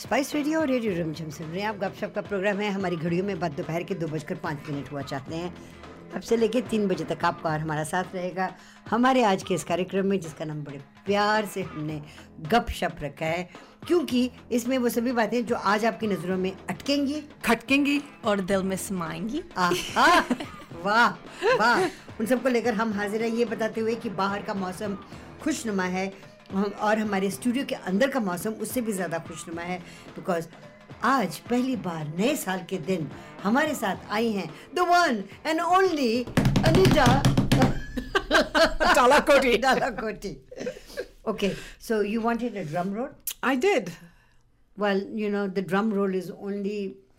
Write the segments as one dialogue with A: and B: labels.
A: Spice radio और radio Rimjhim सुन रहे हैं आप गपशप का प्रोग्राम है हमारी घड़ियों में बाद दोपहर के दो बजकर पाँच मिनट हुआ चाहते हैं अब से लेके तीन बजे तक आपका और हमारा साथ रहेगा हमारे आज के इस कार्यक्रम में जिसका नाम बड़े प्यार से हमने गपशप रखा है क्योंकि इसमें वो सभी बातें जो आज आपकी नज़रों में अटकेंगी
B: खटकेंगी
C: और दिल में समाएंगी
A: आहा, वाह वाह उन सबको लेकर हम हाजिर हैं ये बताते हुए कि बाहर का मौसम खुशनुमा है हम- और हमारे स्टूडियो के अंदर का मौसम उससे भी ज़्यादा खुशनुमा है बिकॉज आज पहली बार नए साल के दिन हमारे साथ आई हैं the one and only Anita
B: Dalakoti.
A: Dalakoti. Okay, so you wanted a drum roll?
B: I did
A: Well, you know, the drum roll is only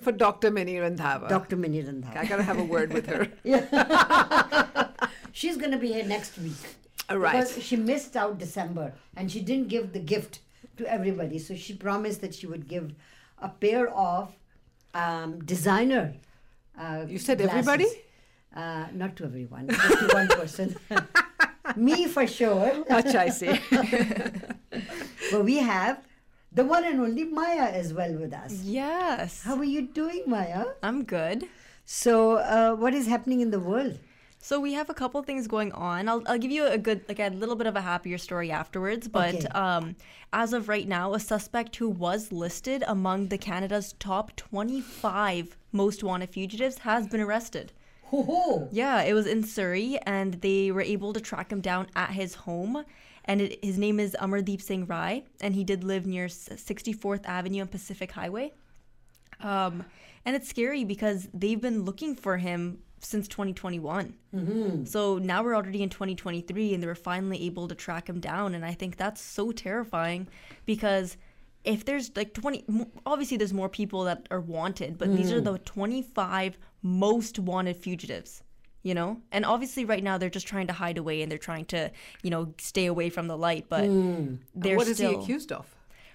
B: for Dr. Mini Randhawa.
A: Dr. Mini Randhawa.
B: I gotta have a word with her.
A: She's going to be here next week.
B: All right.
A: Because she missed out December and she didn't give the gift to everybody. So she promised that she would give a pair of um, designer. Uh,
B: You said
A: glasses.
B: everybody?
A: Uh, not to everyone, just to one person. Me for sure.
B: Much I see.
A: But we have the one and only Maya as well with us.
C: Yes.
A: How are you doing, Maya?
C: I'm good.
A: So, uh, what is happening in the world?
C: So we have a couple things going on. I'll, I'll give you a good, like a little bit of a happier story afterwards. But
A: Okay.
C: um, as of right now, a suspect who was listed among the Canada's top 25 most wanted fugitives has been arrested.
A: Ho ho!
C: Yeah, it was in Surrey, and they were able to track him down at his home. And it, his name is Amardeep Singh Rai, and he did live near S- 64th Avenue and Pacific Highway. Um, and it's scary because they've been looking for him since 2021.
B: Mm-hmm.
C: So now we're already in 2023, and they were finally able to track him down. And I think that's so terrifying because if there's like 20, m- obviously there's more people that are wanted, but these
B: Mm.
C: are the 25 most wanted fugitives. You know, and obviously right now they're just trying to hide away and they're trying to, you know, stay away from the light. But they're
B: Mm. what is
C: still.
B: he accused of?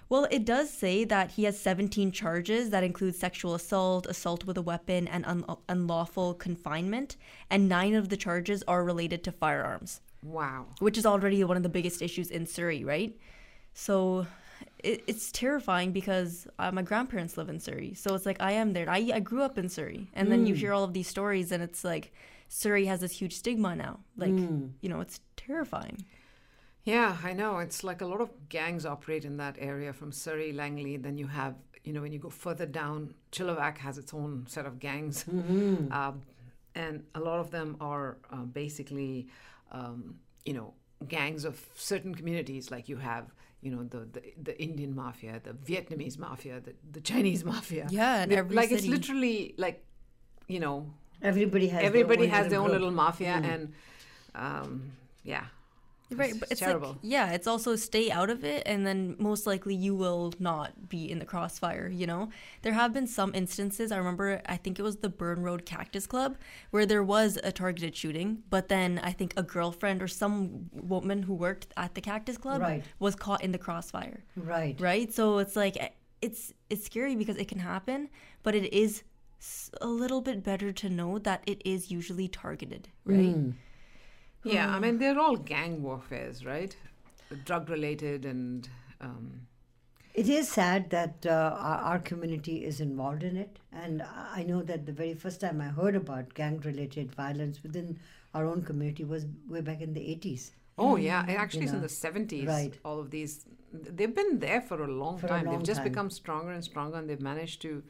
C: Well, it does say that he has 17 charges that include sexual assault, assault with a weapon, and un- unlawful confinement. And nine of the charges are related to firearms,
B: Wow.
C: which is already one of the biggest issues in Surrey, right? So it- it's terrifying because uh, my grandparents live in Surrey. So it's like I am there. I, I grew up in Surrey. And then you
B: Mm.
C: hear all of these stories, and it's like Surrey has this huge stigma now. Like,
B: Mm.
C: you know, it's terrifying.
B: Yeah, I know. It's like a lot of gangs operate in that area from Surrey, Langley. Then you have, you know, when you go further down, Chilliwack has its own set of gangs. Um, and a lot of them are uh, basically, um, you know, gangs of certain communities. Like you have, you know, the, the, the Indian mafia, the Vietnamese mafia, the, the Chinese mafia.
C: Yeah, and
B: The-
C: every
B: Like it's
C: city.
B: literally like, you know,
A: Everybody has
B: everybody
A: their own mm.
B: has their own
A: group.
B: little mafia. And um, yeah.
C: Right,
B: It's
C: but it's
B: terrible.
C: like yeah, it's also stay out of it, and then most likely you will not be in the crossfire. You know, there have been some instances. I remember, I think it was the Burn Road Cactus Club where there was a targeted shooting, but then I think a girlfriend or some woman who worked at the Cactus Club
A: Right.
C: was caught in the crossfire.
A: Right.
C: Right, so it's like eh, it's it's scary because it can happen, but it is s- a little bit better to know that it is usually targeted. Right.
B: Mm. Yeah,
A: hmm.
B: I mean they're all gang warfares, right? Drug related and um,
A: It is sad that uh, our, our community is involved in it. And I I know that the very first time I heard about gang related violence within our own community was way back in the 80s.
B: oh yeah, it
A: Mm,
B: actually
A: you
B: is in
A: know,
B: the seventies.
A: right.
B: All of these, they've been there for a long
A: For a
B: time.
A: long
B: they've just
A: time.
B: become stronger and stronger, and they've managed to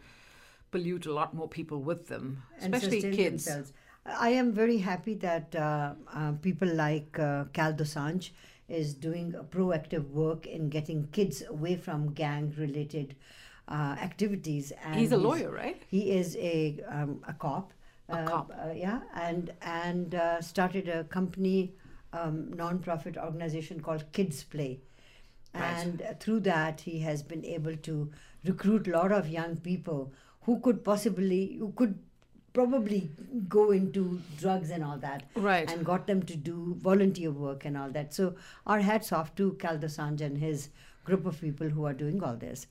B: pollute a lot more people with them,
A: and
B: especially
A: sustain
B: kids.
A: themselves. I am very happy that uh, uh, people like uh, Cal Dosanjh is doing a proactive work in getting kids away from gang-related uh, activities. And
B: He's a lawyer, right?
A: He is a um, a cop. A
B: cop.
A: Uh, yeah, and and uh, started a company, um, non-profit organization called Kids Play. And through that, he has been able to recruit a lot of young people who could possibly, who could probably go into drugs and all that.
B: Right.
A: And got them to do volunteer work and all that. So our hats off to Cal Dosanjh and his group of people who are doing all this.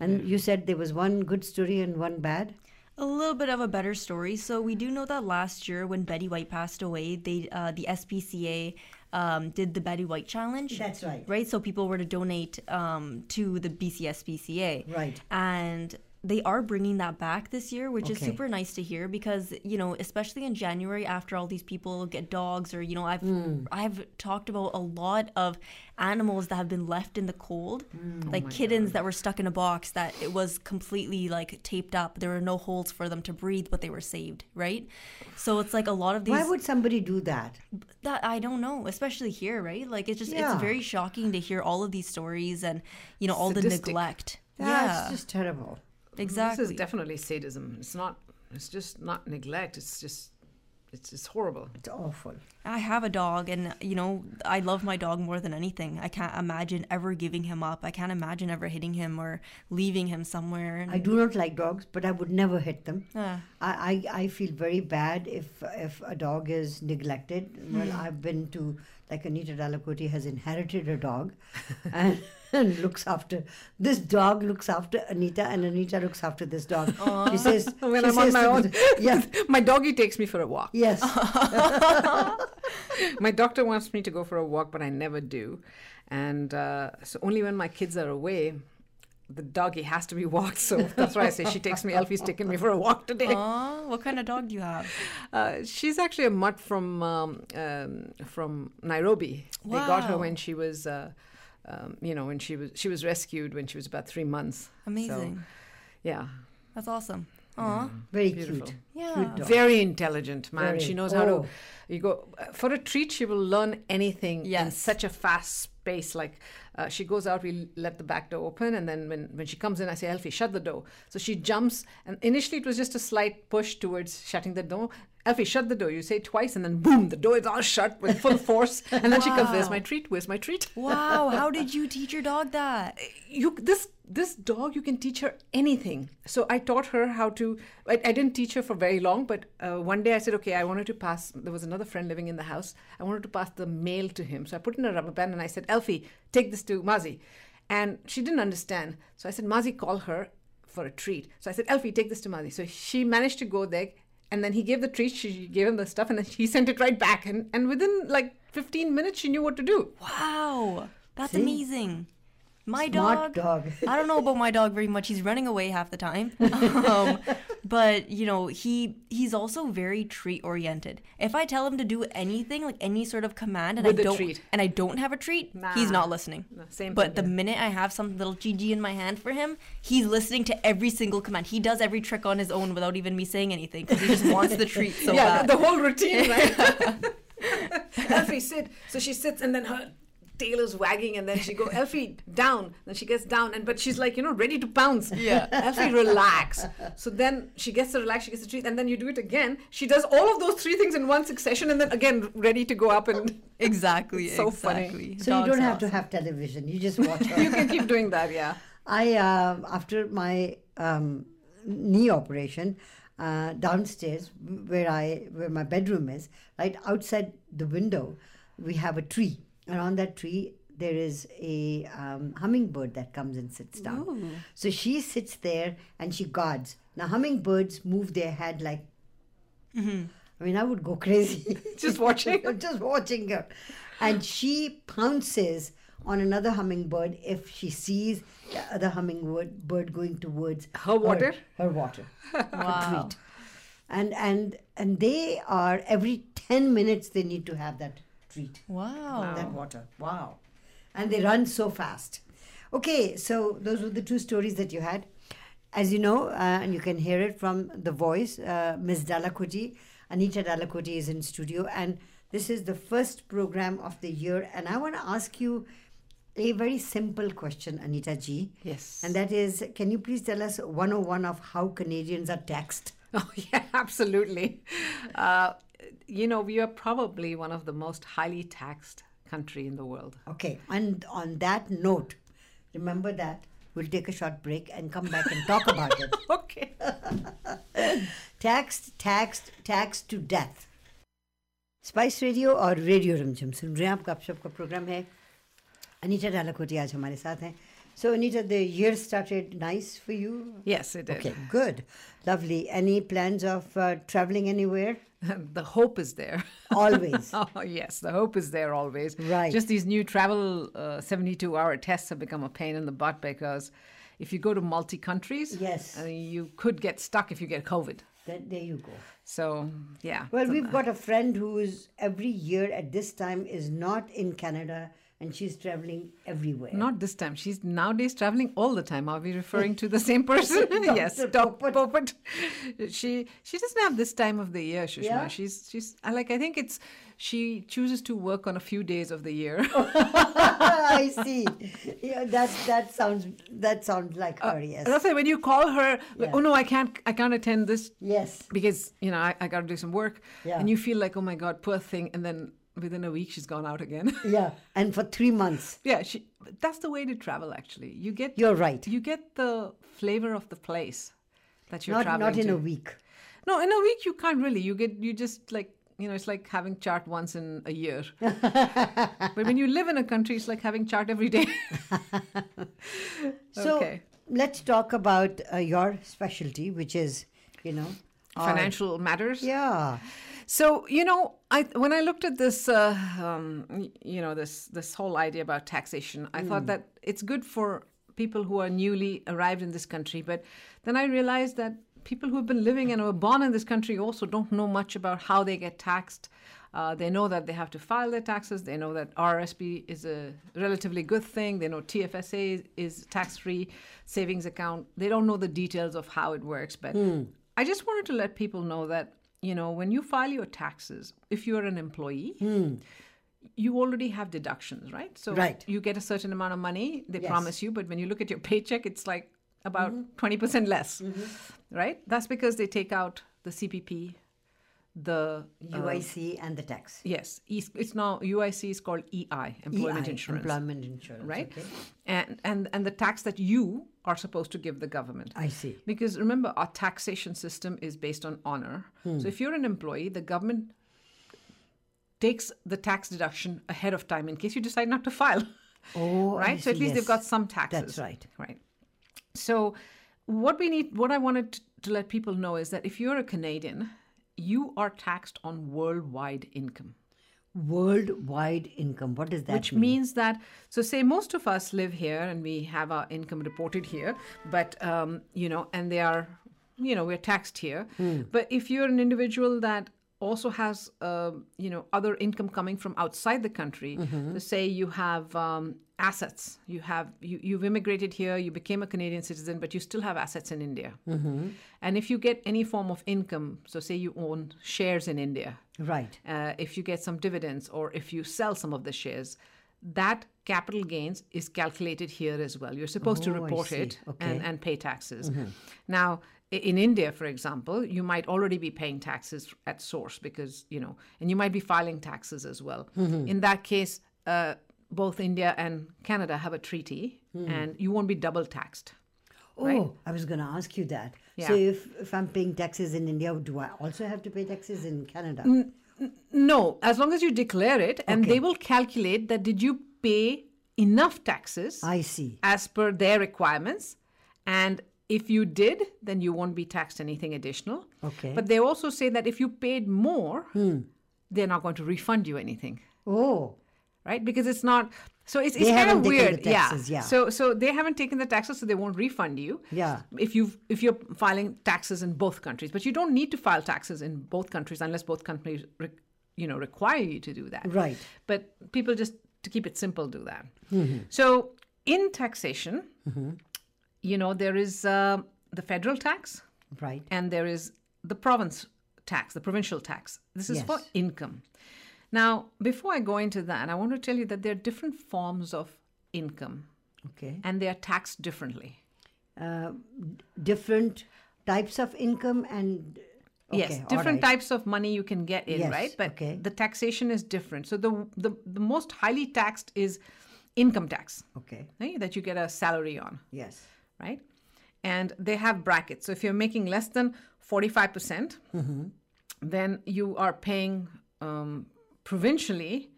A: And you said there was one good story and one bad.
C: a little bit of a better story. So we do know that last year when Betty White passed away, they uh, the SPCA um, did the Betty White challenge.
A: That's right.
C: Right. So people were to donate um, to the BCSPCA.
A: Right.
C: And they are bringing that back this year, which is
A: Okay.
C: super nice to hear because you know, especially in January after all these people get dogs or you know, I've
A: Hmm.
C: I've talked about a lot of animals that have been left in the cold,
A: Hmm. Oh
C: like kittens that were stuck in a box that it was completely like taped up. There were no holes for them to breathe, but they were saved, right? So it's like a lot of these
A: Why would somebody do that?
C: that I don't know, especially here, right? Like it's just
A: Yeah.
C: it's very shocking to hear all of these stories and you know all
B: Sadistic.
C: the neglect.
A: That's
C: yeah,
A: just terrible.
C: exactly.
B: This is definitely sadism. It's not. It's just not neglect. It's just. It's it's horrible.
A: It's awful.
C: I have a dog, and you know, I love my dog more than anything. I can't imagine ever giving him up. I can't imagine ever hitting him or leaving him somewhere. And,
A: I do not like dogs, but I would never hit them.
C: Ah.
A: I, I, I feel very bad if if a dog is neglected. Well,
B: Hmm.
A: I've been to like Anita Dalakoti has inherited a dog, and, and looks after this dog looks after Anita, and Anita looks after this dog. She says
B: When
A: she
B: I'm on
A: says
B: my
A: to
B: own.
A: the- yeah,
B: My doggy takes me for a walk.
A: yes.
B: My doctor wants me to go for a walk, but I never do, and uh, so only when my kids are away. The doggy has to be walked, so that's why I say she takes me. Elfie's taking me for a walk today.
C: Aw, what kind of dog do you have?
B: Uh, she's actually a mutt from um, um, from Nairobi. They got her
C: Wow.
B: when she was, uh, um, you know, when she was she was rescued when she was about three months. So,
C: Amazing.
B: yeah,
C: That's awesome. Aw,
A: Very
B: Beautiful.
A: cute.
C: yeah.
A: Cute dog.
B: very intelligent, man.
A: Very.
B: She knows how
A: Oh.
B: to. You go uh, for a treat. She will learn anything in
C: Yes.
B: such a fast space. Like uh, she goes out, we let the back door open, and then when when she comes in, I say, Elfie, shut the door. So she jumps, and initially it was just a slight push towards shutting the door. Elfie, shut the door. You say twice, and then boom, the door is all shut with full force. And then she comes, "Where's my
C: Wow.
B: treat? Where's my treat?"
C: Wow, how did you teach your dog that?
B: you this this dog you can teach her anything so i taught her how to i, I didn't teach her for very long but uh, one day i said okay i wanted to pass there was another friend living in the house i wanted to pass the mail to him so i put in a rubber band and i said elfie take this to mazi and she didn't understand so i said mazi call her for a treat so i said elfie take this to mazi so she managed to go there and then he gave the treat she gave him the stuff and then he sent it right back and, and within like 15 minutes she knew what to do
C: Wow, that's
A: See?
C: amazing. My
A: Smart
C: dog,
A: dog.
C: I don't know about my dog very much. He's running away half the time. Um, but you know, he he's also very treat oriented. If I tell him to do anything, like any sort of command, and
B: With
C: I
B: a
C: don't
B: treat.
C: and I don't have a treat,
B: Nah.
C: he's not listening.
B: No, same
C: But the
B: thing here.
C: minute I have some little GG in my hand for him, he's listening to every single command. He does every trick on his own without even me saying anything because he just wants the treat so
B: yeah,
C: bad.
B: the whole routine, right? Elfie, sit. So she sits, and then her tail is wagging, and then she go, Elfie, down. Then she gets down, and but she's like, you know, ready to pounce.
C: Yeah.
B: Elfie, relax. So then she gets to relax, she gets the treat, and then you do it again. She does all of those three things in one succession, and then again, ready to go up, and
C: exactly.
B: It's so funny.
C: exactly.
A: So you don't have to have television. You just watch her.
B: you can keep doing that. Yeah.
A: I uh, after my um, knee operation uh, downstairs where I where my bedroom is right outside the window we have a tree and on that tree there is a um, hummingbird that comes and sits down so she sits there and she guards now hummingbirds move their head like I mean I would go crazy
B: Mm-hmm. Just watching.
A: I'm just watching her. And she pounces on another hummingbird if she sees the other hummingbird bird going towards
B: Her water?
A: Her, water.
C: wow.
A: And and and they are every ten minutes they need to have that treat.
C: Wow.
A: That water. Wow. And they run so fast. Okay, so those were the two stories that you had. As you know, uh, and you can hear it from the voice, uh, Ms. Dalakoti, Anita Dalakoti is in studio, and this is the first program of the year. And I want to ask you a very simple question, Anita Ji.
B: Yes.
A: And that is can you please tell us 101 of how Canadians are taxed?
B: Oh, yeah, absolutely. Uh, you know, we are probably one of the most highly taxed country in the world.
A: Okay, and on that note, remember that we'll take a short break and come back and talk about it.
B: Okay.
A: taxed, taxed, taxed to death. Spice radio और radio Rimjhim सुन रहे हैं आप गपशप का programme है अनीता डालाकोटी आज हमारे साथ हैं So, Anita, the year started nice for you?
B: Yes, it did.
A: Okay, good. Lovely. Any plans of uh, traveling anywhere?
B: the hope is there.
A: Always.
B: Oh, yes, the hope is there always.
A: Right.
B: Just these new travel uh, 72 hour tests have become a pain in the butt because if you go to multi countries,
A: Yes.
B: uh, you could get stuck if you get COVID.
A: Then there you go.
B: So, yeah.
A: Well, we've got a friend who is every year at this time is not in Canada and she's traveling everywhere.
B: Not this time. She's nowadays traveling all the time. Are we referring to the same person? yes,
A: Dr.
B: Doc Popat. She she doesn't have this time of the year, Shushma.
A: Yeah?
B: She's she's I like I think it's she chooses to work on a few days of the year.
A: I see. Yeah, that that sounds that sounds like
B: Uh,
A: her. Yes.
B: That's why when you call her, like,
A: Yeah.
B: oh no, I can't I can't attend this
A: Yes.
B: because you know I, I got to do some work,
A: Yeah.
B: and you feel like oh my god, poor thing, and then within a week she's gone out again.
A: Yeah. And for three months,
B: yeah, she that's the way to travel actually. You get
A: you're right.
B: you get the flavor of the place that you're
A: Not
B: traveling
A: not in
B: to.
A: a week.
B: No, in a week you can't really. You get you just like you know it's like having chart once in a year. but when you live in a country, it's like having chart every day.
A: So
B: Okay.
A: let's talk about uh, your specialty, which is you know. art.
B: Financial matters.
A: Yeah.
B: So you know, I when I looked at this, uh, um, y- you know, this this whole idea about taxation, I thought that it's good for people who are newly arrived in this country. But then I realized that people who have been living and were born in this country also don't know much about how they get taxed. Uh, they know that they have to file their taxes. They know that RSP is a relatively good thing. They know TFSA is, is tax-free savings account. They don't know the details of how it works, but I just wanted to let people know that, you know, when you file your taxes, if you're an employee, you already have deductions, right? So
A: Hmm. Right.
B: you get a certain amount of money, they
A: Yes. Mm-hmm.
B: promise you, but when you look at your paycheck, it's like about 20% less, right? That's because they take out the CPP, the uh,
A: UIC and the tax.
B: Yes, it's it's now UIC is called EI, Employment
A: EI,
B: Insurance,
A: E Employment insurance.
B: right?
A: okay.
B: And and and the tax that you are supposed to give the government.
A: I see.
B: Because remember, our taxation system is based on honor.
A: Hmm.
B: So if you're an employee, the government takes the tax deduction ahead of time in case you decide not to file.
A: Oh, I
B: right? So at
A: see, yes.
B: least they've got some taxes.
A: right.
B: Right. So what we need, what I wanted t- to let people know is that if you're a Canadian, you are taxed on worldwide income.
A: worldwide income. What does that
B: which means that so say most of us live here and we have our income reported here but um, you know and they are you know we're taxed here but if you're an individual that also has uh, you know other income coming from outside the country so say you have um, assets you have you, you've immigrated here you became a canadian citizen but you still have assets in india and if you get any form of income so say you own shares in india
A: Right.
B: uh, if you get some dividends or if you sell some of the shares, that capital gains is calculated here as well. You're supposed to
A: Oh, I
B: report
A: see.
B: it
A: Okay. Mm-hmm.
B: and, and pay taxes. Now, i- in India, for example, you might already be paying taxes at source because, you know, and you might be filing taxes as well.
A: Mm-hmm.
B: In that case, uh, both India and Canada have a treaty
A: Mm-hmm.
B: and you won't be double taxed.
A: Oh, I was going to ask you that. So
B: Yeah.
A: if, if I'm paying taxes in India, do I also have to pay taxes in Canada?
B: Mm. No, as long as you declare it and they will calculate that did you pay enough taxes
A: I see.
B: as per their requirements. And if you did, then you won't be taxed anything additional.
A: Okay.
B: But they also say that if you paid more, they're not going to refund you anything,
A: Oh,
B: right? Because it's not. So it's, it's
A: They
B: kind of
A: haven't taken the
B: weird,
A: taxes, yeah.
B: So so they haven't taken the taxes, so they won't refund you.
A: Yeah.
B: If you if you're filing taxes in both countries, but you don't need to file taxes in both countries unless both countries, re, you know, require you to do that
A: right. Mm-hmm.
B: but people just to keep it simple do that so in taxation you know there is uh, the federal tax
A: Right.
B: and there is the province tax the provincial tax this is for
A: Yes.
B: income now before i go into that i want to tell you that there are different forms of income
A: Okay.
B: and they are taxed differently
A: Different types of income and. Okay,
B: yes,
A: all
B: different
A: right.
B: types of money you can get in,
A: Yes,
B: right? But
A: okay.
B: the taxation is different. So the, the the most highly taxed is income tax,
A: Okay.
B: eh, that you get a salary on.
A: Yes.
B: right? And they have brackets. So if you're making less than 45%, percent then you are paying um, provincially.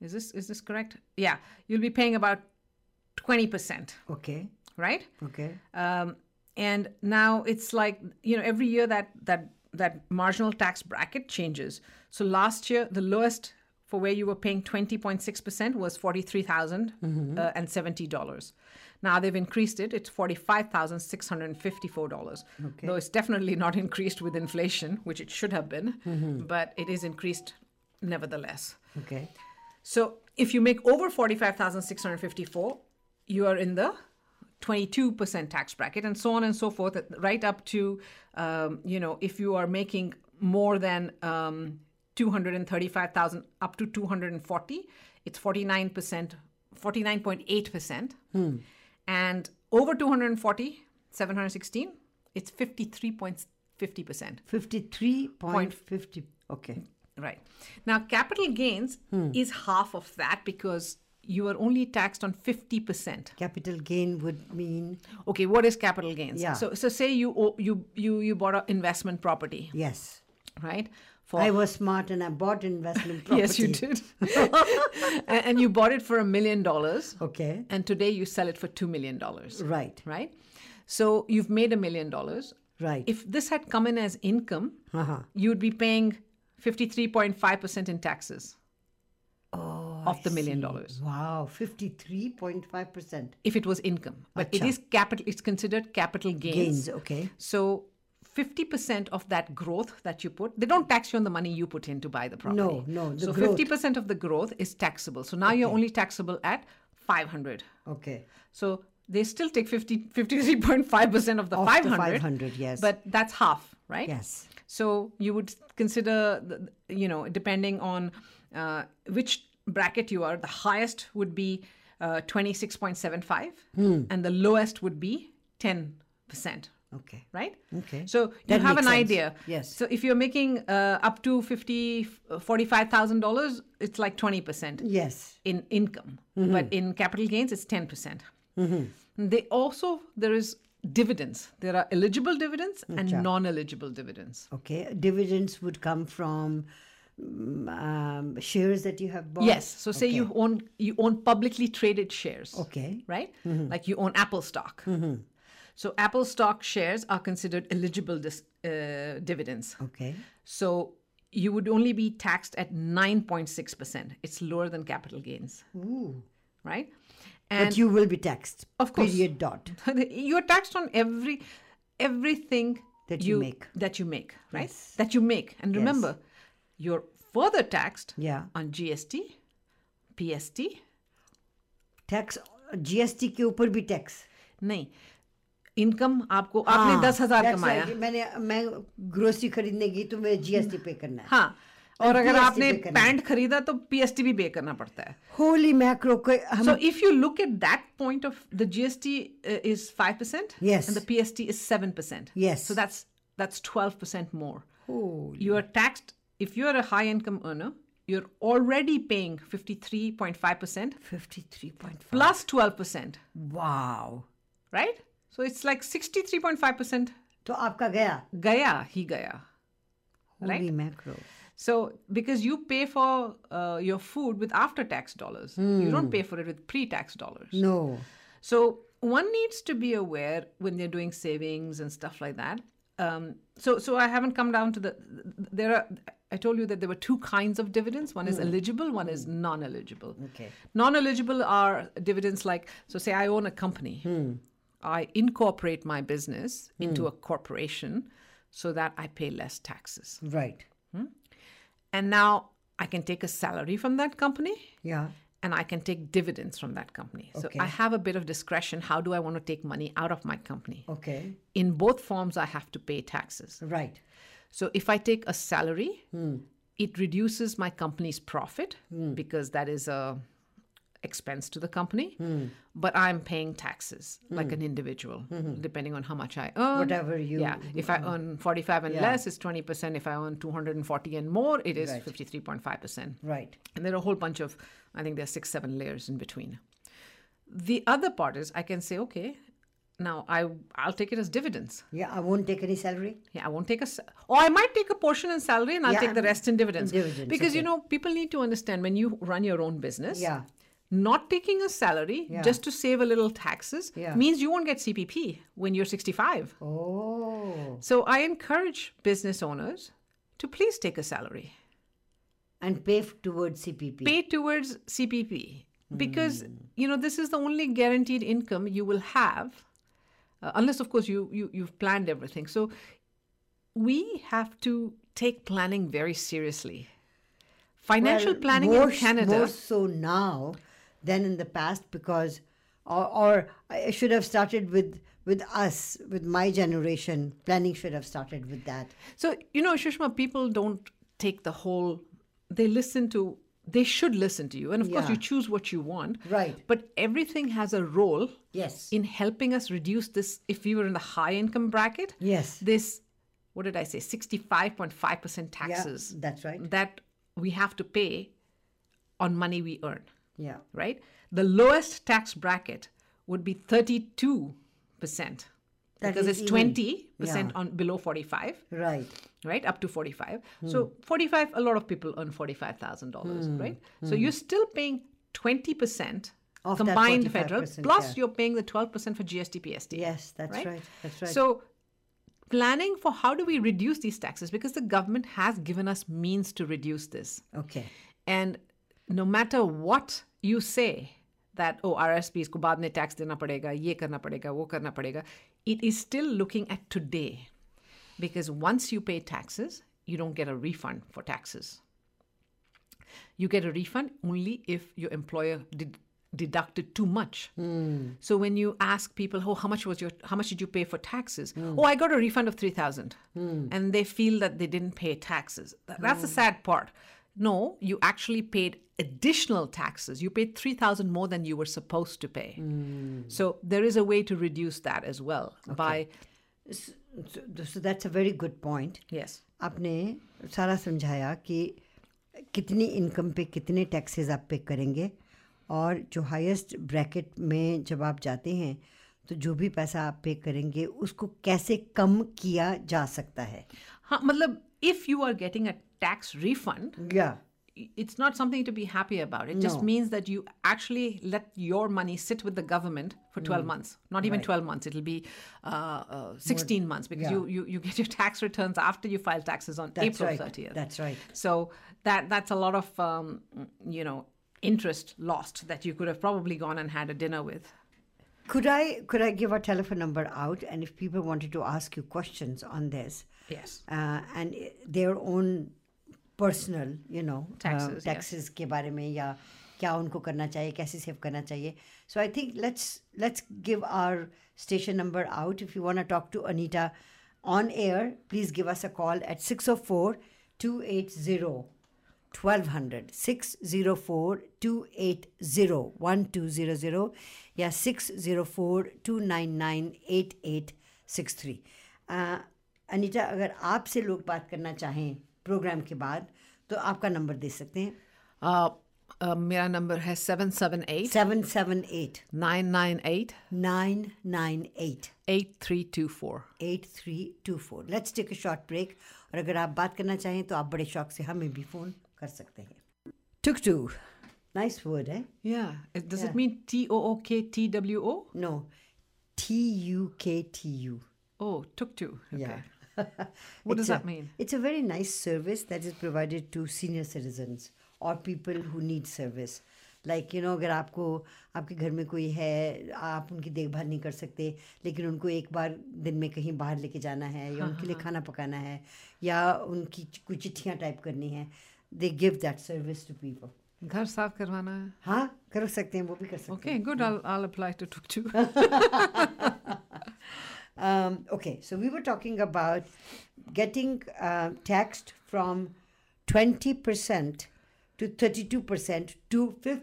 B: Is this is this correct? Yeah, you'll be paying about 20%,
A: Okay.
B: right?
A: Okay.
B: Um, and now it's like you know every year that that that marginal tax bracket changes. So last year the lowest for where you were paying 20.6 percent was forty three thousand uh, and seventy dollars. Now they've increased it. It's forty five thousand six hundred and fifty four dollars. Though it's definitely not increased with inflation, which it should have been, but it is increased nevertheless.
A: Okay.
B: So if you make over 45,654, you are in the 22% tax bracket and so on and so forth, right up to, um, you know, if you are making more than um, 235,000 up to 240, it's 49%, 49.8%. And over 240, 716, it's 53.50%.
A: 53.50. Okay.
B: Right. Now, capital gains
A: Hmm.
B: is half of that because you are only taxed on 50%.
A: Capital gain would mean
B: Okay, what is capital gains?
A: Yeah.
B: So so say you o- you you you bought an investment property,
A: yes.
B: right? For
A: I was smart and I bought investment property.
B: Yes, you did. and, and you bought it for a million dollars
A: Okay.
B: and today you sell it for 2 million dollars,
A: Right.
B: right? So you've made a million dollars.
A: Right.
B: If this had come in as income,
A: uh-huh.
B: you'd be paying 53.5% in taxes
A: Oh,
B: of the million dollars.
A: wow, 53.5%
B: if it was income but it
A: Acha.
B: is capital it's considered capital gains,
A: gains. Okay.
B: so 50% of that growth that you put they don't tax you on the money you put in to buy the property
A: No, no, the
B: so
A: growth.
B: 50% of the growth is taxable so now you're only taxable at 500
A: Okay.
B: so they still take 50 53.5% of the
A: Of the
B: 500
A: 500, yes.
B: but that's half right
A: Yes.
B: so you would consider, the- the- you know, depending on uh, which bracket you are, the highest would be uh, 26.75
A: Hmm.
B: and the lowest would be 10%,
A: Okay.
B: right?
A: Okay.
B: So you
A: That
B: have an
A: makes sense.
B: idea.
A: Yes.
B: So if you're making uh, up to 50, uh, $45,000, it's like 20%
A: Yes.
B: in income,
A: Mm-hmm.
B: but in capital gains, it's 10%. percent They also, there is dividends. There are eligible dividends and non-eligible dividends.
A: Okay. Dividends would come from mm, um, shares that you have bought.
B: Yes. So say you own you own publicly traded shares.
A: Okay. Mm-hmm.
B: Right? Like you own Apple stock. So Apple stock shares are considered eligible dis, uh, dividends.
A: Okay.
B: So you would only be taxed at 9.6%. It's lower than capital gains,
A: Ooh.
B: right?
A: But
B: And
A: you will be taxed.
B: Of course.
A: Period. Dot.
B: you're taxed on every everything
A: That you make.
B: That you make, right?
A: Yes.
B: That you make. And remember, you're further taxed
A: Yeah.
B: on GST, PST,
A: Tax GST के ऊपर भी tax
B: नहीं income आपको आपने दस हजार कमाया
A: मैंने मैं ग्रोसरी खरीदने गई तो मुझे जीएसटी पे करना है
B: हाँ और अगर
A: GST
B: आपने
A: पे करना है।
B: पैंट खरीदा तो पीएसटी भी पे करना पड़ता है
A: होली मैक्रो को hmm
B: so if you look at that point of the GST is five percent
A: Yes.
B: And the PST is seven percent
A: Yes.
B: So that's that's twelve percent more
A: Holy-
B: you are taxed if you are a high income earner you're already paying 53.5%
A: 53.5
B: plus 12%
A: wow
B: right so it's like 63.5%
A: तो आपका गया
B: gaya hi gaya Right.
A: Holy macro
B: So, because you pay for uh, your food with after tax dollars, you don't pay for it with pre tax dollars.
A: No
B: So, one needs to be aware when they're doing savings and stuff like that. Um, so, so I haven't come down to the. There are. I told you that there were two kinds of dividends. One is eligible. One is non-eligible.
A: Okay.
B: Non-eligible are dividends like so. Say I own a company. I incorporate my business into a corporation, so that I pay less taxes
A: right
B: and now I can take a salary from that company
A: या
B: and I can take dividends from that company. So
A: Okay.
B: I have a bit of discretion. How do I want to take money out of my company?
A: Okay
B: In both forms, I have to pay taxes.
A: Right
B: So if I take a salary,
A: Hmm.
B: it reduces my company's profit because that is a expense to the company.
A: Hmm.
B: But I'm paying taxes like an individual, depending on how much I earn.
A: Hmm. Whatever you-
B: Yeah. If I earn 45 and
A: Yeah.
B: less, it's 20%. If I earn 240 and more, it is
A: Right.
B: 53.5%.
A: Right
B: And there are a whole bunch of, I think there are six, seven layers in between. The other part is I can say, okay, now I I'll take it as dividends.
A: या I won't take any salary
B: Yeah, I won't take a, sa- or I might take a portion in salary and I'll
A: Yeah,
B: take the rest in dividends.
A: dividends,
B: because you
A: okay.
B: know people need to understand when you run your own business.
A: Yeah.
B: not taking a salary
A: Yeah.
B: just to save a little taxes
A: Yeah.
B: means you won't get CPP when you're 65.
A: Oh.
B: So I encourage business owners to please take a salary.
A: And pay f- towards CPP.
B: Pay towards CPP because
A: Hmm.
B: you know this is the only guaranteed income you will have uh, unless of course you, you you've planned everything. So we have to take planning very seriously. Financial
A: Well,
B: planning
A: more,
B: in
A: s-
B: Canada
A: More so now than in the past because, or, or I should have started with with us, with my generation. Planning should have started with that.
B: So, you know, Shushma, people don't take the whole, they listen to, they should listen to you. And of course,
A: Yeah.
B: you choose what you want.
A: Right.
B: But everything has a role
A: Yes.
B: in helping us reduce this. If we were in the high income bracket,
A: yes.
B: this, what did I say, 65.5% taxes Mm.
A: Yeah, that's right.
B: that we have to pay on money we earn,
A: Yeah.
B: right? The lowest tax bracket would be 32%.
A: That is
B: because it's
A: even.
B: 20%
A: Yeah.
B: on below 45
A: Right.
B: right up to 45
A: Hmm.
B: so 45 a lot of people earn $45000 right so you're still paying 20%
A: Hmm. Of that
B: combined federal
A: 45%,
B: plus
A: yeah.
B: you're paying the 12% for gst pst
A: Yes, that's right. That's right.
B: so planning for how do we reduce these taxes because the government has given us means to reduce this
A: okay.
B: and no matter what you say that oh RSPs को बाद में tax देना पड़ेगा ये करना पड़ेगा वो करना पड़ेगा it is still looking at today because once you pay taxes you don't get a refund for taxes you get a refund only if your employer did deducted too much so when you ask people oh how much was your how much did you pay for taxes oh i got a refund of 3000 and they feel that they didn't pay taxes Th- that's the sad part no you actually paid additional taxes you paid 3000 more than you were supposed to pay so there is a way to reduce that as well by
A: So, so that's a very good point.
B: yes
A: आपने सारा समझाया कि कितनी income पे कितने taxes आप पे करेंगे और जो हाईएस्ट ब्रैकेट में जब आप जाते हैं तो जो भी पैसा आप पे करेंगे उसको कैसे कम किया जा सकता है
B: हाँ, मतलब if you are getting a tax refund
A: या
B: it's not something to be happy about. It just
A: No.
B: means that you actually let your money sit with the government for
A: Mm.
B: 12 months. Not even 12 months. It'll be uh, uh, 16 months because you, you, you get your tax returns after you file taxes on
A: that's
B: April
A: right
B: 30th.
A: that's right
B: so that that's a lot of um, you know interest lost that you could have probably gone and had a dinner with.
A: could i could i give our telephone number out and if people wanted to ask you questions on this
B: Yes.
A: uh, and i- their own personal you know
B: Taxes, yes.
A: Taxes के बारे में या क्या उनको करना चाहिए कैसे save करना चाहिए so I think let's let's give our station number out if you want talk to Anita on air please give us a call at six O four two eight zero twelve hundred six zero four two eight zero one two zero zero या six zero four two nine nine eight eight six three Anita Uh, अगर आपसे लोग बात करना चाहें programme के बाद तो आपका नंबर दे सकते हैं
B: Uh, uh, मेरा number है 778
A: seven seven eight
B: 998
A: nine nine eight
B: 8324.
A: Eight three two four let's take a short break और अगर आप बात करना चाहें तो आप बड़े शौक से हमें भी फ़ोन कर सकते हैं टुक टू नाइस वर्ड है
B: Yeah. It- Does it mean T O O K T W O?
A: No T U K T U
B: Oh, took two. Okay.
A: Yeah.
B: What does
A: It's a-
B: that mean?
A: It's a very nice service that is provided to senior citizens or people who need service. Like you know अगर आपको आपके घर में कोई है आप उनकी देखभाल नहीं कर सकते लेकिन उनको एक बार दिन में कहीं बाहर लेके जाना है
B: हाँ,
A: या उनके लिए खाना पकाना है या उनकी चि- कुछ चिट्ठियाँ टाइप करनी है they give that service to people
B: घर साफ करवाना है
A: हाँ कर सकते हैं वो भी कर सकते हैं
B: Okay, good. I'll, I'll apply to took two.
A: Um, okay, so we were talking about getting uh, taxed from 20% to 32% to 53.6%,
B: 53.5%,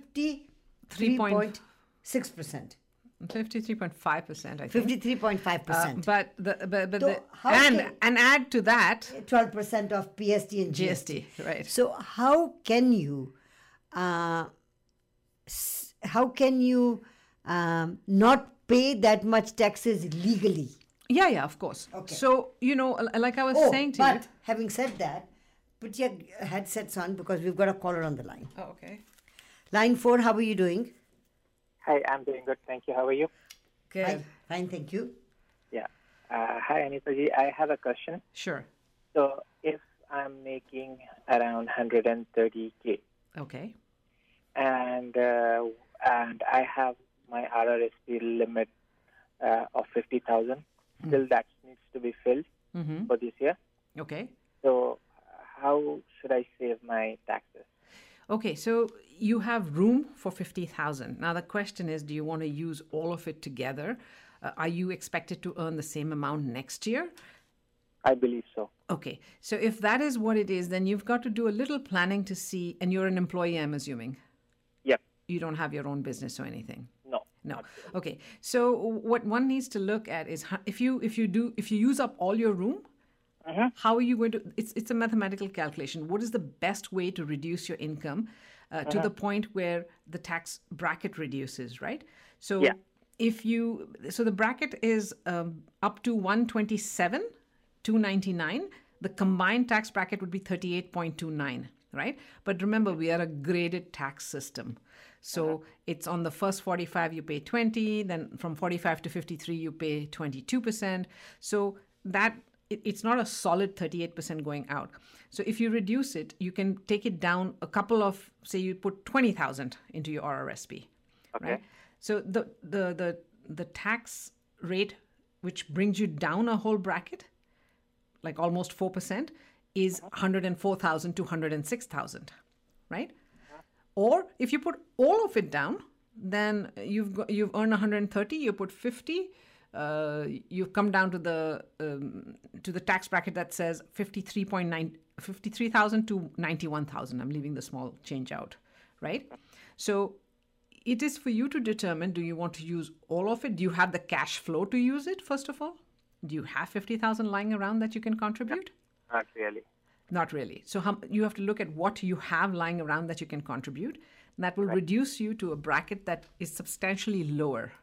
B: I think. Uh,
A: 53.5%.
B: But the, but, but
A: So
B: the,
A: how
B: and,
A: can-
B: and add to that
A: 12% of PST and GST.
B: GST, right?
A: So how can you, uh, s- how can you um, not pay that much taxes legally?
B: Yeah, yeah, of course.
A: Okay.
B: So, you know, l- like I was
A: Oh,
B: saying to
A: but having said that, put your headsets on because we've got a caller on the line.
B: you. Oh, okay.
A: Line four, how are you doing?
D: Hi, I'm doing good. Thank you. How are you?
B: Good.
A: Fine, fine, thank you.
D: Yeah. Uh, hi, Anitaji. I have a question.
B: Sure.
D: So, if I'm making around 130k,
B: Okay.
D: and uh, and I have my RRSP limit uh, of 50,000, still that needs to be filled
B: Hmm. Mm-hmm.
D: for this year.
B: Okay.
D: So, uh, how should I save my taxes?
B: Okay, so you have room for 50,000. Now the question is do you want to use all of it together? Uh, are you expected to earn the same amount next year?
D: I believe so.
B: Okay. So if that is what it is, then you've got to do a little planning to see and you're an employee I'm assuming.
D: Yep.
B: You don't have your own business or anything.
D: No.
B: No. Okay. So what one needs to look at is ho- if you if you do if you use up all your room, how are you going to? It's it's a mathematical calculation. What is the best way to reduce your income uh, to the point where the tax bracket reduces, right? So
D: Yeah.
B: if you so the bracket is um, up to one twenty seven, two ninety nine. The combined tax bracket would be thirty eight point two nine. Right, but remember we are a graded tax system, so it's on the first 45 you pay 20, then from 45 to 53 you pay 22 percent. So that it- it's not a solid 38% going out. So if you reduce it, you can take it down a couple of, say, you put 20,000 into your RRSP, right? So the, the the the tax rate, which brings you down a whole bracket, like almost four percent, is 104,000 to 106,000, right? Or if you put all of it down, then you've got, you've earned 130. You put 50. Uh, you've come down to the um, to the tax bracket that says 53.9 53,000 to 91,000. I'm leaving the small change out, right? So it is for you to determine do you want to use all of it? Do you have the cash flow to use it first of all? Do you have 50,000 lying around that you can contribute?
D: Not really.
B: Not really. So how, you have to look at what you have lying around that you can contribute. That will reduce you to a bracket that is substantially lower.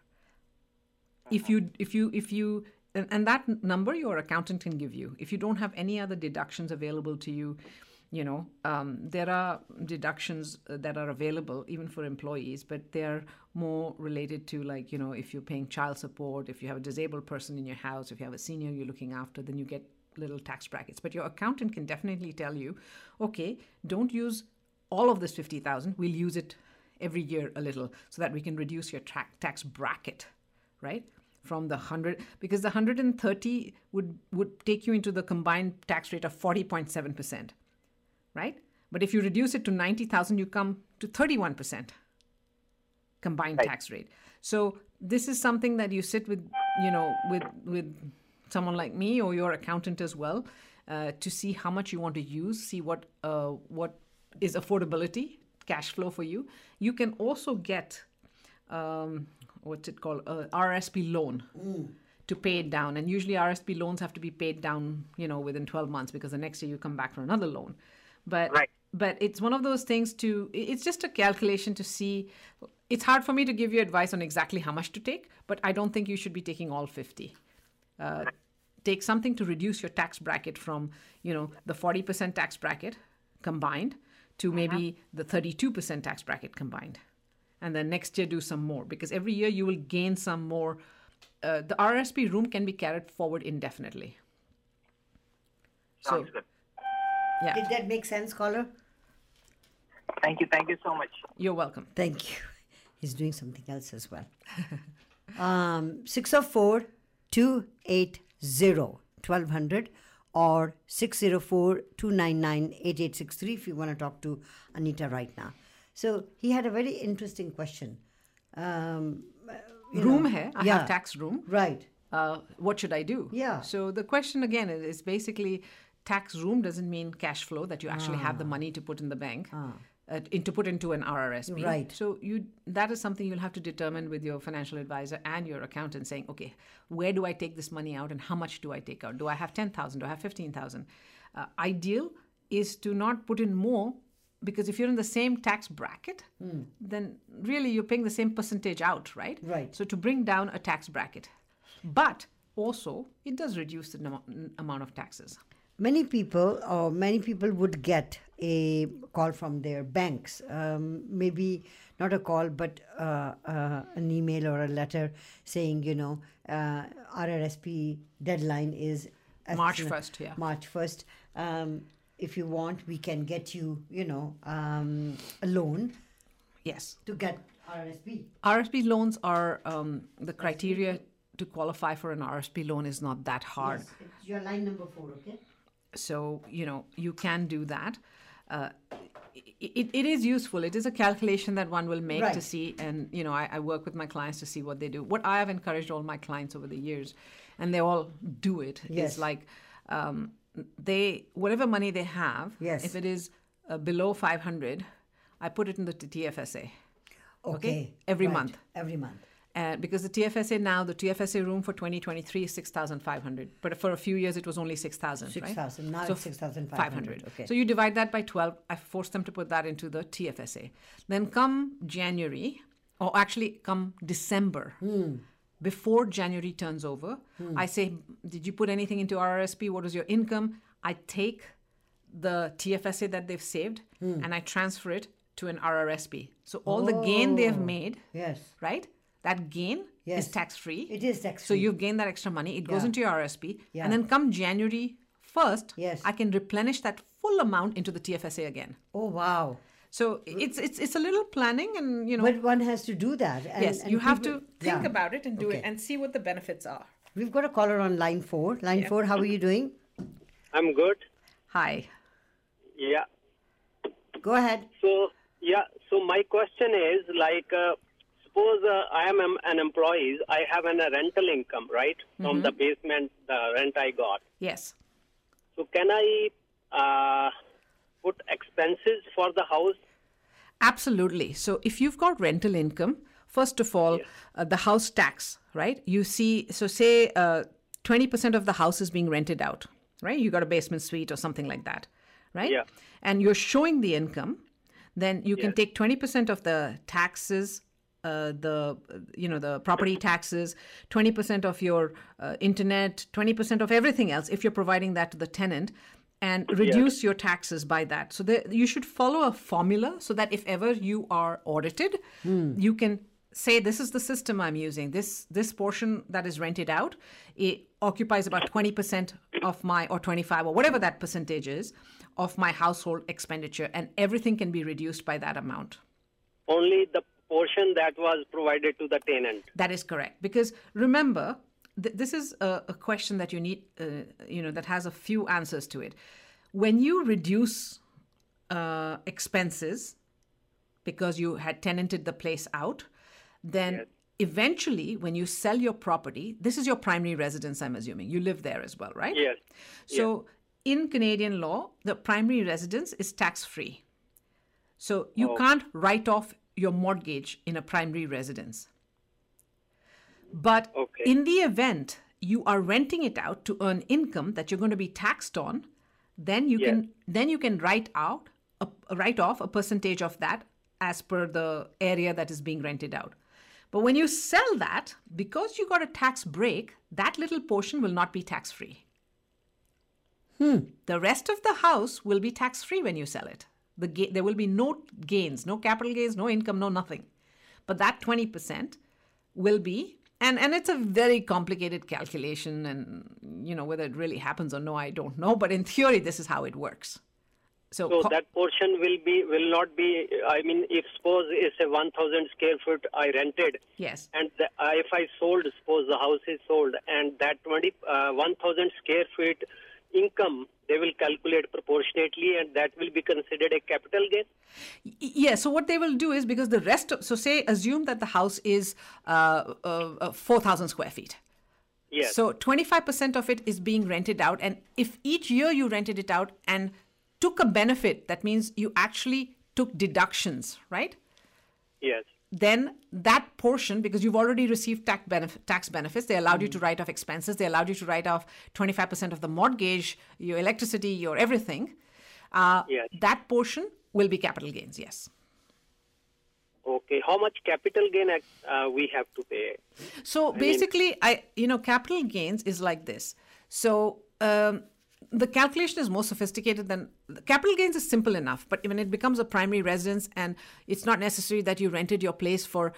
B: If you if you if you and, and that n- number your accountant can give you. If you don't have any other deductions available to you, you know um, there are deductions uh, that are available even for employees, but they're more related to like you know if you're paying child support, if you have a disabled person in your house, if you have a senior you're looking after, then you get little tax brackets. But your accountant can definitely tell you, okay, don't use all of this 50,000. We'll use it every year a little so that we can reduce your tra- tax bracket, right? From the 100 because the 130 would would take you into the combined tax rate of 40.7%, right? But if you reduce it to 90,000, you come to 31% combined tax rate. So this is something that you sit with, you know, with with someone like me or your accountant as well, uh, to see how much you want to use, see what uh, what is affordability, cash flow for you. You can also get um, what's it called, uh, RSP loan. To pay it down, and usually RSP loans have to be paid down, you know, within 12 months because the next year you come back for another loan. But
D: Right.
B: but it's one of those things to i- it's just a calculation to see it's hard for me to give you advice on exactly how much to take but i don't think you should be taking all 50 uh, take something to reduce your tax bracket from you know the 40% tax bracket combined to
A: Uh-huh.
B: maybe the 32% tax bracket combined and then next year do some more because every year you will gain some more uh, the rsp room can be carried forward indefinitely
D: Sounds
B: so
D: good.
B: yeah
A: Did that make sense, caller?
D: Thank you. Thank you so much.
B: you're welcome
A: Thank you. He's doing something else as well. um, 604 280 1200 or 604 299 8863 if you want to talk to Anita right now. So he had a very interesting question. Um,
B: room here i
A: yeah.
B: have tax room
A: right.
B: uh, what should I do?
A: Yeah.
B: So the question again is, is basically tax room doesn't mean cash flow that you actually have the
A: Ah.
B: money to put in the bank. Uh, in, to put into an RRSP,
A: Right.
B: So you that is something you'll have to determine with your financial advisor and your accountant, saying, okay, where do I take this money out and how much do I take out? Do I have ten thousand? Do I have fifteen thousand? Uh, ideal is to not put in more because if you're in the same tax bracket,
A: Hmm.
B: then really you're paying the same percentage out, right?
A: Right.
B: So to bring down a tax bracket, but also it does reduce the num- amount of taxes.
A: Many people or many people would get a call from their banks. Um, maybe not a call, but uh, uh, an email or a letter saying, you know, uh, RRSP deadline is at-
B: March 1st, yeah.
A: March 1st. Um, if you want, we can get you, you know, um, a loan
B: Yes.
A: to get RRSP.
B: RSP loans are um, the criteria to qualify for an RSP loan is not that hard.
A: Yes, it's your line number four, okay?
B: So, you know, you can do that. Uh, i- it, it is useful. It is a calculation that one will make to
A: Right.
B: see. And, you know, I, I work with my clients to see what they do. What I have encouraged all my clients over the years, and they all do it, is
A: Yes.
B: like um, they, whatever money they have,
A: Yes.
B: if it is uh, below 500, I put it in the TFSA.
A: Okay.
B: every
A: right,
B: month.
A: Every month.
B: Uh, because the TFSA now, the TFSA room for 2023 is 6,500. But for a few years, it was only 6,000, right?
A: 6,000. Now
B: So
A: it's 6,500. Okay.
B: So you divide that by 12. I forced them to put that into the TFSA. Then come January, or actually come December, before January turns over, I say, Did you put anything into RRSP? What was your income? I take the TFSA that they've saved and I transfer it to an RRSP. So all the gain they've made
A: yes.
B: right? That gain
A: Yes.
B: is tax free.
A: It is tax
B: So you've gained that extra money. It goes
A: Yeah.
B: into your RSP.
A: Yeah.
B: And then come January 1st,
A: Yes.
B: I can replenish that full amount into the TFSA again.
A: Oh, wow.
B: So it's it's it's a little planning and you know
A: But one has to do that. And,
B: yes,
A: and
B: you have
A: people-
B: to think
A: Yeah.
B: about it and do
A: Okay.
B: it and see what the benefits are.
A: We've got a caller on line four. Line four, how are you doing?
E: I'm good.
B: Hi.
E: Yeah.
A: Go ahead.
E: So yeah. So my question is like, uh, suppose uh, I am em- an employee. I have an, a rental income, right, from the basement the rent I got.
B: Yes.
E: So can I uh, put expenses for the house?
B: Absolutely. So if you've got rental income, first of all, uh, the house tax, right? You see, so say uh, 20% of the house is being rented out, right? You got a basement suite or something like that, right?
E: Yeah.
B: And you're showing the income, then you can take 20% of the taxes. Uh, the uh, you know the property taxes 20% of your uh, internet 20% of everything else if you're providing that to the tenant and reduce your taxes by that. So there, you should follow a formula so that if ever you are audited, you can say this is the system I'm using. This this portion that is rented out it occupies about twenty percent of my or twenty five or whatever that percentage is of my household expenditure, and everything can be reduced by that amount.
E: Only the portion that was provided to the tenant.
B: That is correct. Because remember, th- this is a, a question that you need, uh, you know, that has a few answers to it. When you reduce uh, expenses because you had tenanted the place out, then eventually, when you sell your property, this is your primary residence, I'm assuming. You live there as well, right?
E: Yes.
B: So, in Canadian law, the primary residence is tax free. So, you can't write off your mortgage in a primary residence. But
E: Okay.
B: in the event you are renting it out to earn income that you're going to be taxed on, then you can then you can write out a, write off a percentage of that as per the area that is being rented out. But when you sell that, because you got a tax break, that little portion will not be tax free. The rest of the house will be tax free when you sell it. The ga- there will be no gains, no capital gains, no income, no nothing. But that 20% will be and and it's a very complicated calculation and you know whether it really happens or no I don't know, but in theory this is how it works. So,
E: So
B: co-
E: that portion will be will not be. I mean, if suppose it's a 1,000 square foot I rented,
B: yes.
E: and the, uh, if I sold, suppose the house is sold, and that 20, uh, 1,000 square feet income, they will calculate proportionately, and that will be considered a capital gain.
B: Y- Yeah, so what they will do is because the rest of, so say, assume that the house is uh, uh, uh, 4,000 square feet.
E: Yes.
B: So 25% of it is being rented out. And if each year you rented it out and took a benefit, that means you actually took deductions, right?
E: yes.
B: Then that portion, because you've already received tax, benef- tax benefits, they allowed you
E: Mm.
B: to write off expenses, they allowed you to write off 25% of the mortgage, your electricity, your everything. Uh,
E: Yes.
B: That portion will be capital gains, yes.
E: Okay. How much capital gain uh, we have to pay?
B: So basically, I you know capital gains is like this. So um, the calculation is more sophisticated than capital gains is simple enough but when it becomes a primary residence and it's not necessary that you rented your place for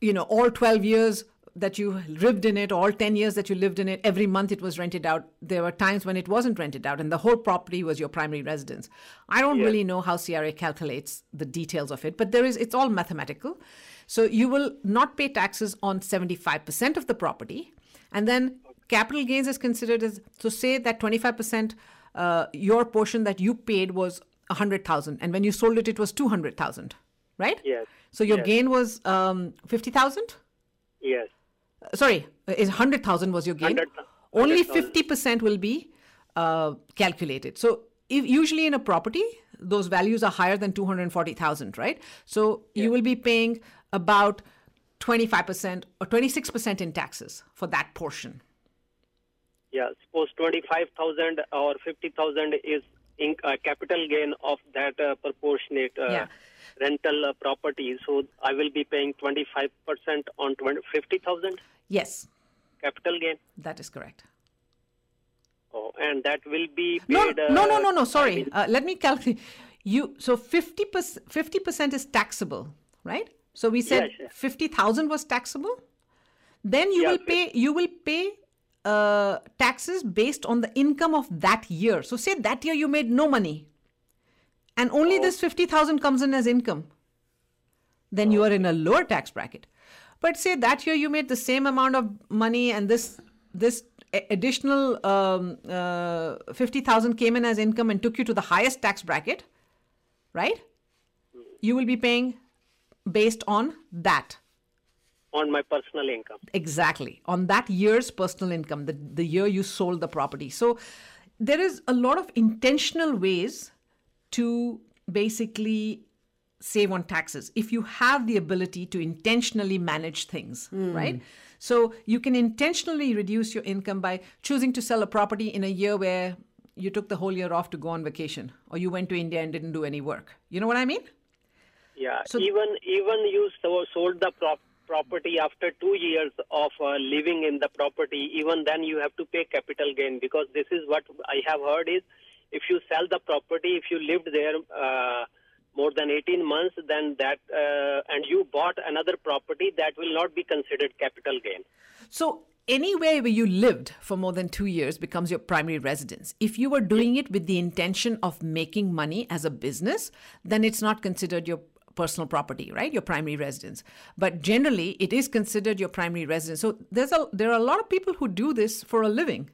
B: you know all 12 years that you lived in it all 10 years that you lived in it every month it was rented out there were times when it wasn't rented out and the whole property was your primary residence i don't really know how cra calculates the details of it but there is it's all mathematical so you will not pay taxes on 75% of the property and then capital gains is considered as so say that 25% uh, your portion that you paid was 100,000 and when you sold it it was 200,000, right?
E: Yes.
B: So your
E: Yes.
B: gain was um 50,000?
E: Yes.
B: Uh, Sorry, is 100,000 was your gain.
E: 100,000.
B: Only
E: 100,000.
B: 50% will be uh, calculated. So if usually in a property those values are higher than 240,000, right? So you will be paying about 25% or 26% in taxes for that portion.
E: Yeah. Suppose 25,000 or 50,000 is in, uh, capital gain of that uh, proportionate uh,
B: Yeah.
E: rental uh, property. So I will be paying 25% on 20, 50,000
B: Yes,
E: capital gain.
B: that is correct.
E: Oh, and that will be
B: No,
E: paid. uh,
B: no, no, no, no. Sorry. Uh, let me calculate. You so fifty percent. Fifty percent is taxable, right? So we said
E: Yes, yes.
B: fifty thousand was taxable. Then you
E: Yeah,
B: will
E: fif-
B: pay. You will pay uh, taxes based on the income of that year. So say that year you made no money, and only this fifty thousand comes in as income. Then you are in a lower tax bracket. But say that year you made the same amount of money, and this this a- additional um, uh, fifty thousand came in as income and took you to the highest tax bracket, right? You will be paying based on that
E: on my personal income.
B: exactly on that year's personal income the, the year you sold the property so there is a lot of intentional ways to basically save on taxes if you have the ability to intentionally manage things right so you can intentionally reduce your income by choosing to sell a property in a year where you took the whole year off to go on vacation or you went to india and didn't do any work you know what i mean
E: Yeah.
B: So-
E: even even you so, sold the prop, property after two years of uh, living in the property, even then you have to pay capital gain because this is what I have heard is if you sell the property, if you lived there uh, more than 18 months, then that uh, and you bought another property, that will not be considered capital gain.
B: So anywhere where you lived for more than two years becomes your primary residence. If you were doing it with the intention of making money as a business, then it's not considered your personal property, right? Your primary residence. But generally, it is considered your primary residence. So there's a there are a lot of people who do this for a living.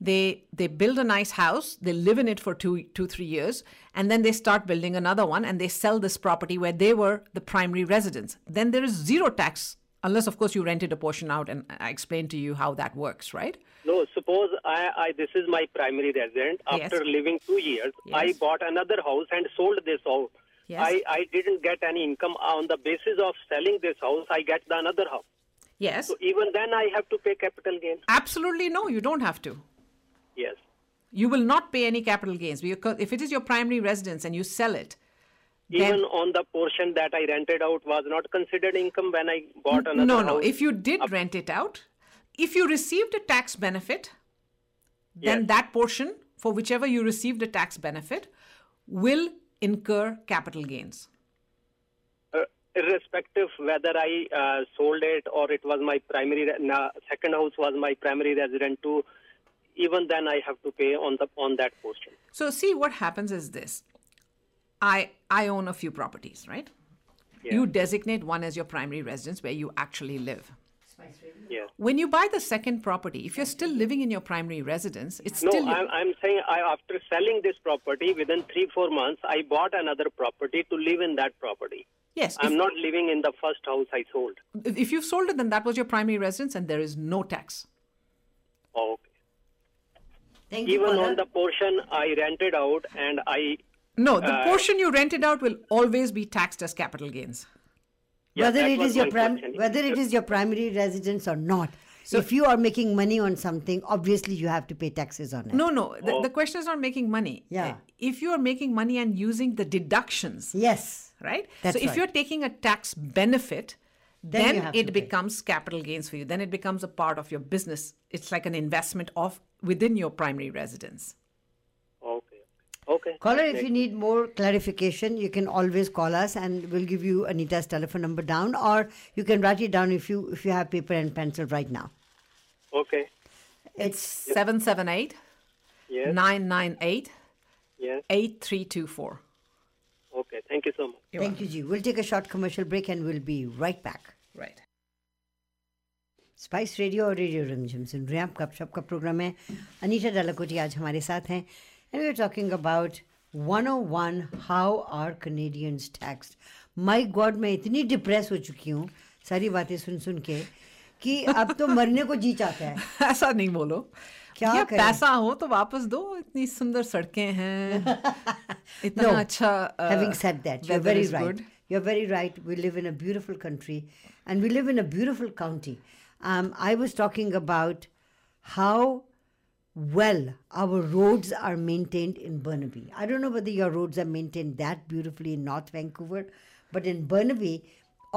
B: They they build a nice house, they live in it for two two three years, and then they start building another one, and they sell this property where they were the primary residence. Then there is zero tax unless of course you rented a portion out and i explained to you how that works right
E: No, suppose I, I this is my primary residence.
B: Yes.
E: After living two years, I
B: Yes.
E: bought another house and sold this out.
B: Yes.
E: I, I didn't get any income on the basis of selling this house. I get the another house.
B: yes
E: So even then, I have to pay capital gain.
B: absolutely no you don't have to
E: Yes.
B: you will not pay any capital gains because if it is your primary residence and you sell it
E: Even on the portion that I rented out was not considered income when I bought another
B: no
E: house.
B: no if you did rent it out if you received a tax benefit then
E: Yes.
B: that portion for whichever you received a tax benefit will incur capital gains
E: uh, irrespective whether I uh, sold it or it was my primary re- na- second house was my primary residence too. Even then, I have to pay on the on that portion.
B: So see what happens is this. I I own a few properties, right? You designate one as your primary residence where you actually live.
E: Yes.
B: When you buy the second property, if you're still living in your primary residence, it's
E: No,
B: still
E: I'm, I'm saying I, after selling this property within three four months, I bought another property to live in that property.
B: yes.
E: I'm
B: if,
E: not living in the first house I sold.
B: if you've sold it, then that was your primary residence, and there is no tax.
E: Oh, okay.
A: Thank you.
E: Even
A: Paula.
E: on the portion I rented out, and I
B: No, the
A: Uh,
B: portion you rented out will always be taxed as capital gains.
E: yeah,
A: whether
E: that
A: it
E: was
A: is your
E: my
A: prim-
E: question.
A: whether it is your primary residence or not if you are making money on something obviously you have to pay taxes on it
B: No, no. The, the question is not making money.
A: Oh.
B: Uh,
A: Yeah.
B: If you are making money and using the deductions,
A: yes
B: right?
A: That's
B: so if
A: right.
B: you're taking a tax benefit,
A: Then you
B: then,
A: have to
B: it
A: pay.
B: becomes capital gains for you. Then it becomes a part of your business. It's like an investment of within your primary residence.
E: Okay.
A: Caller, if you need more clarification, you can always call us and we'll give you Anita's telephone number down or you can write it down if you if you have paper and pencil right now.
E: Okay.
A: It's
B: 778
E: Yes.
B: 998
E: Yes.
B: 8324.
E: Okay. Thank you so much.
A: thank you, G. We'll take a short commercial break and we'll be right back.
B: Right.
A: Spice radio और radio Rimjhim सुन रहे हैं आप गपशप का programme है अनीता डालाकोटी आज हमारे साथ हैं and we are talking about 101 how are Canadians tax my God मैं इतनी डिप्रेस हो चुकी हूँ सारी बातें सुन सुन के कि अब तो मरने को जी चाहता है
B: ऐसा नहीं बोलो
A: क्या
B: या
A: करें?
B: पैसा हो तो वापस दो इतनी सुंदर सड़कें हैं इतना
A: No.
B: अच्छा uh,
A: Having said that, you're
B: weather
A: very
B: is
A: right.
B: good.
A: You're very right. We live in a beautiful country and we live in a beautiful county. Um, I was talking about how well our roads are maintained in Burnaby. I don't know whether your roads are maintained that beautifully in North Vancouver, but in Burnaby,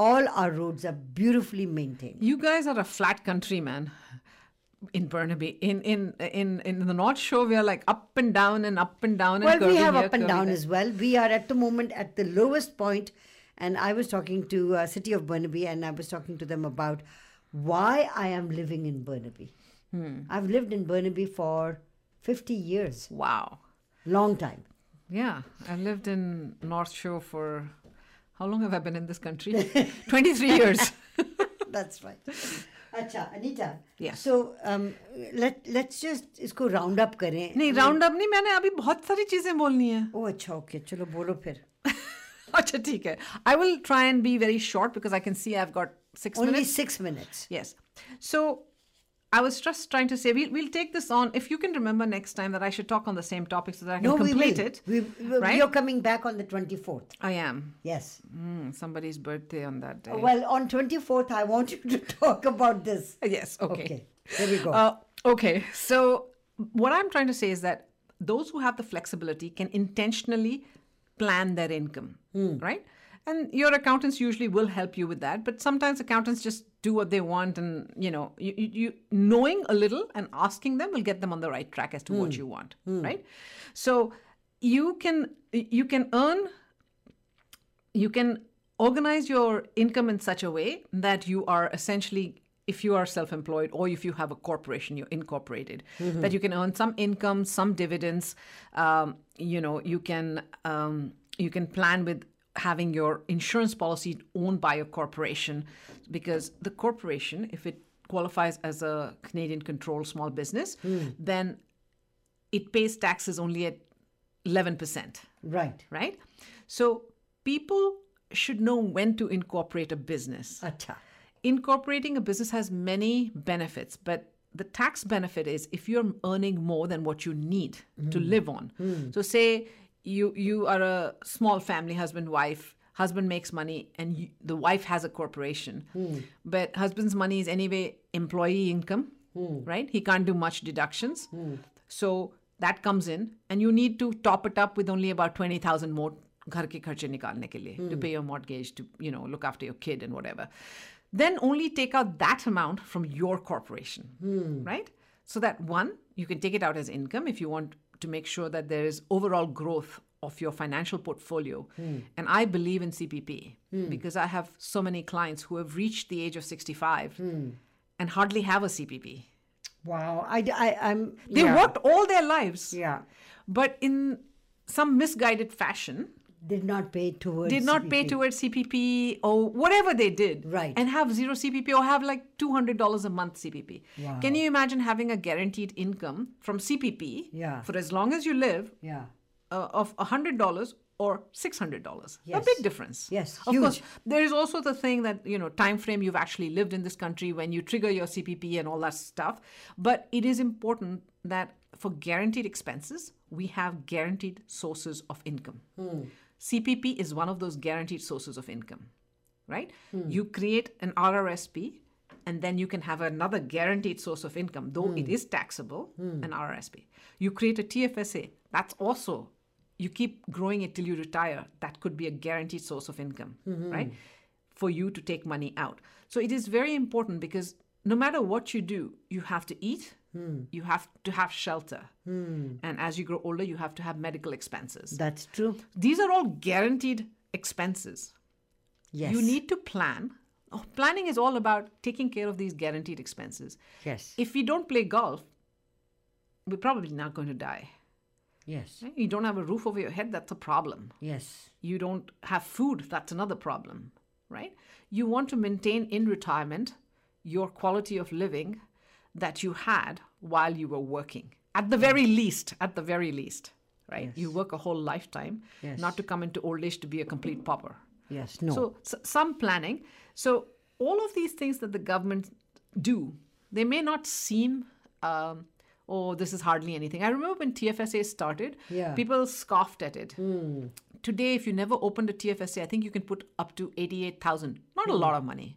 A: all our roads are beautifully maintained.
B: You guys are a flat country, man. In Burnaby, in in in in the North Shore, we are like up and down and up and down.
A: Well,
B: and
A: we
B: curvy
A: have
B: here,
A: up and
B: curvy
A: down
B: there.
A: as well. We are at the moment at the lowest point, and I was talking to uh, City of Burnaby, and I was talking to them about why I am living in Burnaby.
B: Hmm.
A: I've lived in Burnaby for fifty years,
B: Wow.
A: long time.
B: Yeah, I lived in North Shore for how long have I been in this country? Twenty three years.
A: That's right. Acha, Anita.
B: Yes.
A: So um, let let's just इसको round up करें.
B: नहीं round up नहीं मैंने अभी बहुत सारी चीजें बोलनी है
A: Oh, अच्छा okay. चलो बोलो फिर.
B: अच्छा ठीक है I will try and be very short because I can see I have got six
A: Only
B: minutes
A: six minutes.
B: Yes. So I was just trying to say we'll, we'll take this on if you can remember next time that I should talk on the same topic so that I can
A: No, we will.
B: complete it.
A: We, we,
B: right?
A: You're coming back on the twenty fourth.
B: I am.
A: Yes.
B: Mm, somebody's birthday on that day.
A: Oh, Well, on 24th, I want you to talk about this.
B: yes, okay.
A: Okay, there we go.
B: Uh, okay. So what I'm trying to say is that those who have the flexibility can intentionally plan their income, right? And your accountants usually will help you with that, but sometimes accountants just do what they want, and you know, you, you, you knowing a little and asking them will get them on the right track as to what you want, right? So you can you can earn you can organize your income in such a way that you are essentially if you are self-employed or if you have a corporation you're incorporated that you can earn some income some dividends um, you know you can um, you can plan with having your insurance policy owned by a corporation because the corporation if it qualifies as a canadian controlled small business then it pays taxes only at 11%
A: right.
B: right? So people should know when to incorporate a business.
A: Acha.
B: Incorporating a business has many benefits, but the tax benefit is if you're earning more than what you need to live on. So say you you are a small family husband wife husband makes money and you, the wife has a corporation but husband's money is anyway employee income right he can't do much deductions so that comes in and you need to top it up with only about 20000 more घर के खर्चे निकालने के लिए to pay your mortgage to you know look after your kid and whatever then only take out that amount from your corporation right so that one you can take it out as income if you want to make sure that there is overall growth of your financial portfolio and i believe in cpp because i have so many clients who have reached the age of 65 and hardly have a cpp
A: Wow. I, I, am
B: they worked all their lives
A: Yeah.
B: but in some misguided fashion
A: Did not pay towards.
B: did not pay
A: CPP.
B: towards cpp or whatever they did
A: Right.
B: and have zero cpp or have like $200 a month cpp can you imagine having a guaranteed income from cpp
A: Yeah.
B: for as long as you live
A: Yeah.
B: uh, of $100 or $600 a
A: Yes.
B: big difference
A: Yes,
B: of
A: huge.
B: course there is also the thing that you know time frame you've actually lived in this country when you trigger your cpp and all that stuff but it is important that for guaranteed expenses we have guaranteed sources of income
A: Hmm.
B: cpp is one of those guaranteed sources of income right you create an rrsp and then you can have another guaranteed source of income though it is taxable an rrsp you create a tfsa that's also you keep growing it till you retire that could be a guaranteed source of income right for you to take money out so it is very important because no matter what you do you have to eat you have to have shelter. And as you grow older, you have to have medical expenses.
A: That's true.
B: These are all guaranteed expenses.
A: Yes.
B: You need to plan. Oh, planning is all about taking care of these guaranteed expenses.
A: Yes.
B: If we don't play golf, we're probably not going to die.
A: yes.
B: right? You don't have a roof over your head, that's a problem.
A: Yes.
B: You don't have food, that's another problem, right? You want to maintain in retirement your quality of living that you had while you were working. At the very least, at the very least, right? You work a whole lifetime,
A: Yes.
B: not to come into old age to be a complete pauper.
A: Yes. No.
B: So s- some planning. So all of these things that the government do, they may not seem, um, oh, this is hardly anything. I remember when TFSA started,
A: Yeah. Hmm.
B: people scoffed at it. Today, if you never opened a TFSA, I think you can put up to eighty-eight thousand. Not
A: Hmm.
B: a lot of money.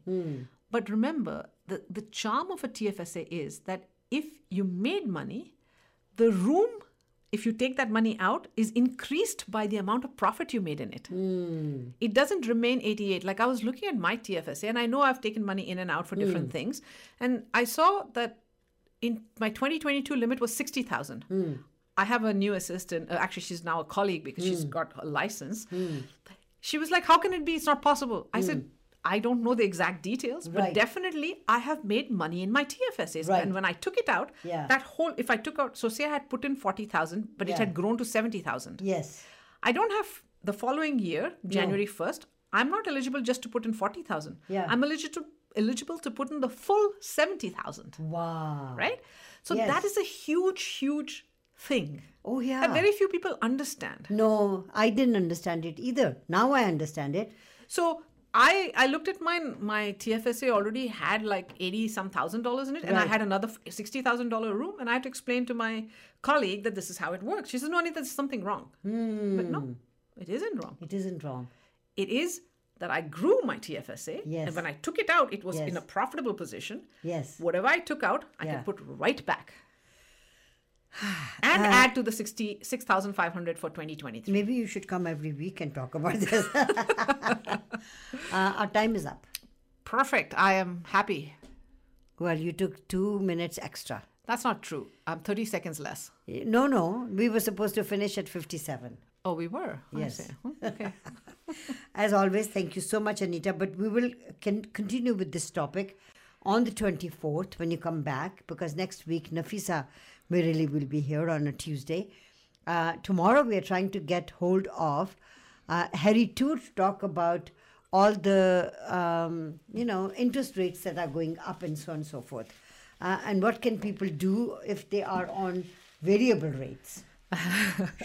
B: But remember, the, the charm of a TFSA is that if you made money, the room, if you take that money out, is increased by the amount of profit you made in it it doesn't remain 88 like i was looking at my tfsa and i know i've taken money in and out for different
A: Mm.
B: things and i saw that in my 2022 limit was 60000
A: Mm.
B: i have a new assistant uh, actually she's now a colleague because she's
A: Mm.
B: got a license she was like how can it be it's not possible i said I don't know the exact details, but
A: Mm. Right.
B: definitely I have made money in my TFSAs.
A: Right.
B: And when I took it out,
A: Yeah.
B: that whole, if I took out, so say I had put in 40,000, but it
A: Yeah.
B: had grown to 70,000.
A: yes.
B: I don't have the following year, January 1st, I'm not eligible just to put in 40,000.
A: Yeah.
B: I'm eligible eligible to put in the full 70,000,
A: Wow.
B: right? So
A: Yes.
B: that is a huge huge thing.
A: Oh yeah.
B: That very few people understand.
A: no, I didn't understand it either. Now I understand it.
B: So I I looked at mine. My TFSA already had like eighty some thousand dollars in it, and I
A: Right.
B: had another sixty thousand dollar room. And I had to explain to my colleague that this is how it works. She says, "No, Anita, there's something wrong." But
A: Hmm.
B: no, it isn't wrong.
A: It isn't wrong.
B: It is that I grew my TFSA,
A: Yes.
B: and when I took it out, it was
A: Yes.
B: in a profitable position.
A: Yes.
B: Whatever I took out, I
A: Yeah.
B: can put right back.
A: Uh,
B: And add to the 66,500 for 2023.
A: Maybe you should come every week and talk about this. uh, our time is up.
B: Perfect. I am happy.
A: Well, you took two minutes extra.
B: That's not true. I'm 30 seconds less.
A: No, no, we were supposed to finish at 57.
B: Oh, we were. I
A: Yes.
B: see. Hmm, Okay.
A: As always, thank you so much, Anita. But we will can continue with this topic on the 24th when you come back, because next week Nafisa Mirili will be here on a Tuesday. Uh, tomorrow, we are trying to get hold of uh, Harry too to talk about all the um, you know interest rates that are going up and so on and so forth, uh, and what can people do if they are on variable rates.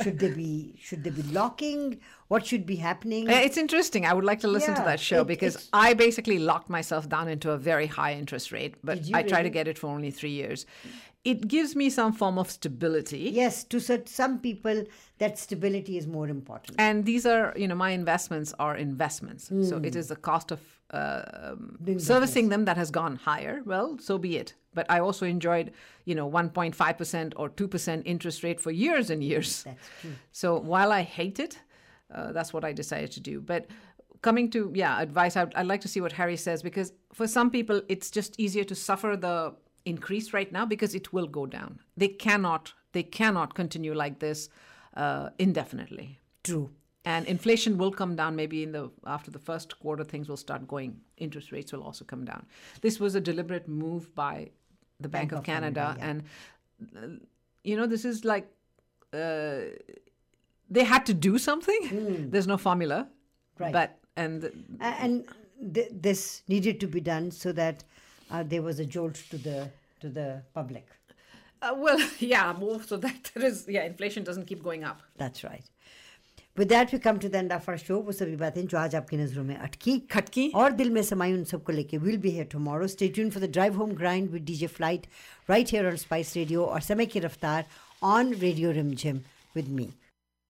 A: should they be should they be locking? What should be happening?
B: Uh, It's interesting. I would like to listen to
A: Yeah,
B: that show
A: it-
B: because
A: it's-
B: I basically locked myself down into a very high interest rate, but
A: Did
B: I
A: you
B: try to
A: really?
B: get it for only three years. It gives me some form of stability.
A: Yes, to cert- some people, that stability is more important.
B: and these are you know my investments are investments so
A: Hmm.
B: it is the cost of uh, um, servicing them that has gone higher well so be it but i also enjoyed you know 1.5% or 2% interest rate for years and years
A: That's true.
B: so while i hate it uh, that's what i decided to do but coming to yeah advice I'd, I'd like to see what harry says because for some people it's just easier to suffer the increase right now because it will go down they cannot they cannot continue like this uh, indefinitely
A: True.
B: and inflation will come down maybe in the after the first quarter things will start going interest rates will also come down this was a deliberate move by the bank, of, canada, and uh, you know this is like uh, they had to do something there's no formula
A: Right.
B: but and the,
A: A- And th- this needed to be done so that uh, there was a jolt to the to the public.
B: uh, well yeah more so that there is yeah inflation doesn't keep going up
A: That's right. With that, we come to the end of our show. वो सभी बातें जो आज आपकी नजरों में अटकी
B: खटकी।
A: और दिल में समाई उन सबको लेके will be here tomorrow stay tuned for the drive home grind with dj flight right here on spice radio और समय की रफ्तार on radio रिमझिम with me